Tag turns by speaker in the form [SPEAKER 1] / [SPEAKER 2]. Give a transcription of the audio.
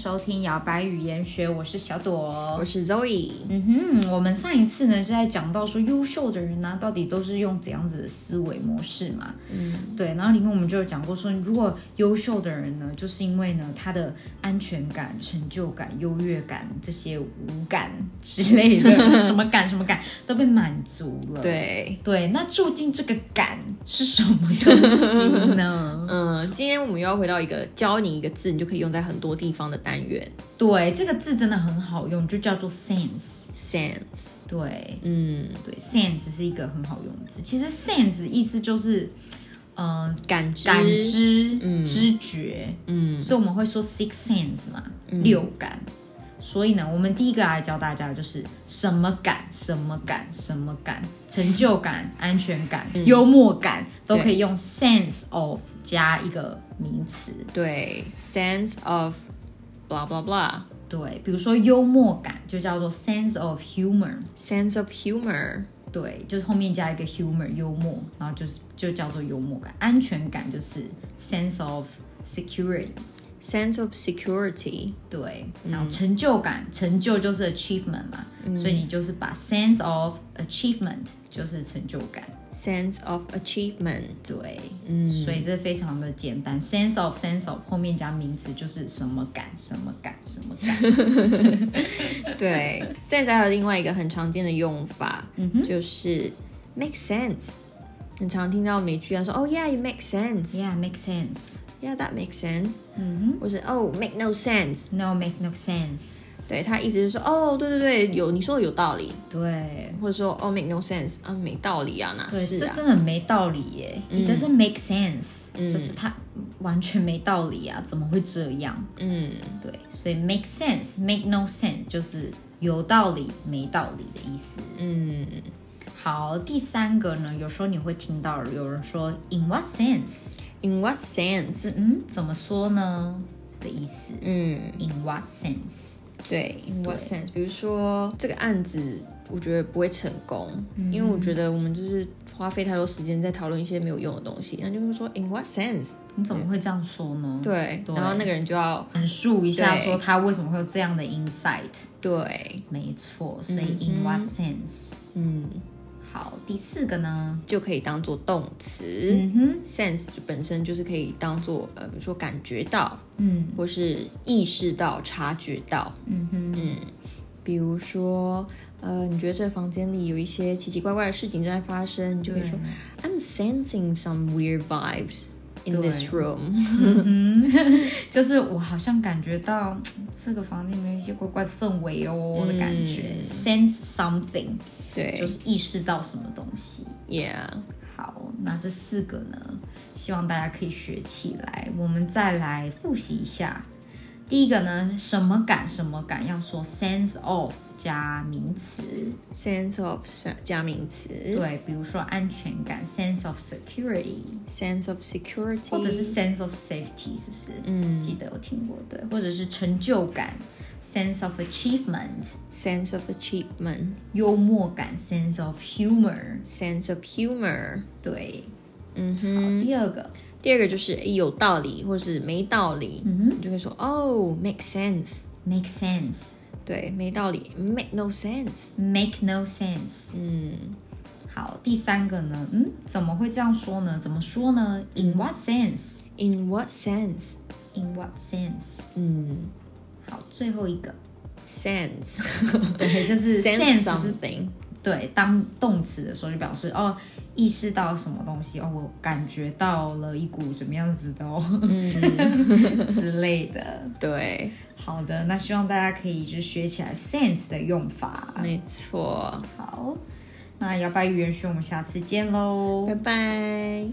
[SPEAKER 1] 收听《摇摆语言学》，我是小朵
[SPEAKER 2] 我。是 Zoe。
[SPEAKER 1] 嗯哼，我们上一次呢是在讲到说优秀的人呢、到底都是用怎样子的思维模式嘛？
[SPEAKER 2] 嗯，
[SPEAKER 1] 对，然后里面我们就有讲过说，如果优秀的人呢，就是因为呢他的安全感、成就感、优越感这些无感之类 的什么感什么感都被满足了。
[SPEAKER 2] 对，
[SPEAKER 1] 对，那究竟这个感是什么东西 呢？
[SPEAKER 2] 嗯，今天我们又要回到一个教你一个字，你就可以用在很多地方的单元
[SPEAKER 1] 对，这个字真的很好用，就叫做 sense。
[SPEAKER 2] ，sense。
[SPEAKER 1] 对
[SPEAKER 2] 嗯，
[SPEAKER 1] 对，sense 是一个很好用的字。其实 sense 意思就是，嗯、
[SPEAKER 2] 感知，
[SPEAKER 1] 感，知、
[SPEAKER 2] 嗯
[SPEAKER 1] 知觉，
[SPEAKER 2] 嗯
[SPEAKER 1] 所以我们会说 six sense 嘛，六感。所以呢，我们第一个来教大家的就是什么感、什么感、什么感，成就
[SPEAKER 2] 嗯
[SPEAKER 1] 感、安全感、幽默感，都可以用 sense of 加一个名词。
[SPEAKER 2] 对，sense of blah blah blah，sense
[SPEAKER 1] 对，比如说幽默感就叫做 sense of humor，
[SPEAKER 2] of humor，
[SPEAKER 1] 对，就是后面加一个 humor 幽默，然后就是就叫做幽默感。安全感就是 sense of security，
[SPEAKER 2] sense of security，
[SPEAKER 1] 对，然后成就感，成就就是 achievement 嘛，所以你就是把 sense of achievement 就是成就感，
[SPEAKER 2] sense of achievement，
[SPEAKER 1] 对，嗯，所以这非常的简单，sense of sense of 后面加名词就是什么感什么感什么感，
[SPEAKER 2] 对，sense 还有另外一个很常见的用法，
[SPEAKER 1] 嗯哼
[SPEAKER 2] 就是 make sense。很常听到美剧啊说，Oh yeah, it makes sense,
[SPEAKER 1] ，yeah make sense，
[SPEAKER 2] yeah, that makes sense，
[SPEAKER 1] 嗯
[SPEAKER 2] 或是 Oh make no sense。
[SPEAKER 1] 哼，no make no sense，
[SPEAKER 2] 对他意思就是说，哦，对对对，有你说的有道理，
[SPEAKER 1] 对。
[SPEAKER 2] 或者说哦 make no sense 啊，没道理啊，哪
[SPEAKER 1] 对，
[SPEAKER 2] 是
[SPEAKER 1] 这
[SPEAKER 2] 啊？
[SPEAKER 1] 真的没道理耶、i t doesn't make sense，、
[SPEAKER 2] 嗯
[SPEAKER 1] 就是它完全没道理啊，怎么会这样？
[SPEAKER 2] 嗯，
[SPEAKER 1] 对，所以 make sense、make no sense 就是有道理、没道理的意思。
[SPEAKER 2] 嗯，
[SPEAKER 1] 好，第三个呢，有时候你会听到有人说 in what sense，
[SPEAKER 2] In what sense？
[SPEAKER 1] 是嗯，怎么说呢的意思
[SPEAKER 2] 嗯，
[SPEAKER 1] ？in what sense？
[SPEAKER 2] 对，In what sense？比如说这个案子，我觉得不会成功，
[SPEAKER 1] 嗯
[SPEAKER 2] 因为我觉得我们就是花费太多时间在讨论一些没有用的东西，那就会说 In what sense？
[SPEAKER 1] 你怎么会这样说呢？，
[SPEAKER 2] 对，
[SPEAKER 1] 对
[SPEAKER 2] 然后那个人就要
[SPEAKER 1] 阐述一下
[SPEAKER 2] 对
[SPEAKER 1] 说他为什么会有这样的 insight。
[SPEAKER 2] 对，
[SPEAKER 1] 没错，所以 in what sense？、
[SPEAKER 2] 嗯，
[SPEAKER 1] 好，第四个呢？
[SPEAKER 2] 就可以当做动词。
[SPEAKER 1] 嗯哼，
[SPEAKER 2] sense 就本身就是可以当做呃，比如说感觉到，
[SPEAKER 1] 嗯
[SPEAKER 2] 或是意识到、察觉到。
[SPEAKER 1] 嗯哼，
[SPEAKER 2] 比如说，呃，你觉得这房间里有一些奇奇怪怪的事情正在发生，你就可以说，I'm sensing some weird vibes in
[SPEAKER 1] 对
[SPEAKER 2] this room。
[SPEAKER 1] 就是我好像感觉到嘖这个房间里面有一些怪怪的氛围哦的感觉、s e n s e something
[SPEAKER 2] 对，
[SPEAKER 1] 就是意识到什么东西。
[SPEAKER 2] yeah，
[SPEAKER 1] 好，那这四个呢，希望大家可以学起来。我们再来复习一下。第一个呢，什么感什么感要说 sense of 加名词，
[SPEAKER 2] 嗯 sense of 加名词
[SPEAKER 1] 对，比如说安全感 sense of security，
[SPEAKER 2] ，sense of security，
[SPEAKER 1] 或者是 sense of safety，是不是？
[SPEAKER 2] 嗯
[SPEAKER 1] 记得有听过对，或者是成就感 sense of achievement，
[SPEAKER 2] sense of achievement，sense
[SPEAKER 1] 幽默感 sense of humor，
[SPEAKER 2] of humor。
[SPEAKER 1] 对。
[SPEAKER 2] 嗯哼。
[SPEAKER 1] 好第二个，
[SPEAKER 2] 第二个就是诶有道理或是没道理，你就可以说哦、make sense，
[SPEAKER 1] make sense，make
[SPEAKER 2] 对，没道理，make no sense，
[SPEAKER 1] no sense。
[SPEAKER 2] 嗯，
[SPEAKER 1] 好，第三个呢，嗯，怎么会这样说呢？怎么说呢？In
[SPEAKER 2] 嗯
[SPEAKER 1] what sense?
[SPEAKER 2] In what sense？
[SPEAKER 1] In what sense?
[SPEAKER 2] 嗯
[SPEAKER 1] 好，最后一个，
[SPEAKER 2] ，sense，
[SPEAKER 1] 对，就是
[SPEAKER 2] sense
[SPEAKER 1] sense 是
[SPEAKER 2] something。
[SPEAKER 1] 对，当动词的时候就表示哦，意识到什么东西哦，我感觉到了一股怎么样子的哦、 之类的。
[SPEAKER 2] 对，
[SPEAKER 1] 好的，那希望大家可以就学起来 sense 的用法。
[SPEAKER 2] 没错。
[SPEAKER 1] 好，那摇摆语言学我们下次见喽，
[SPEAKER 2] 拜拜。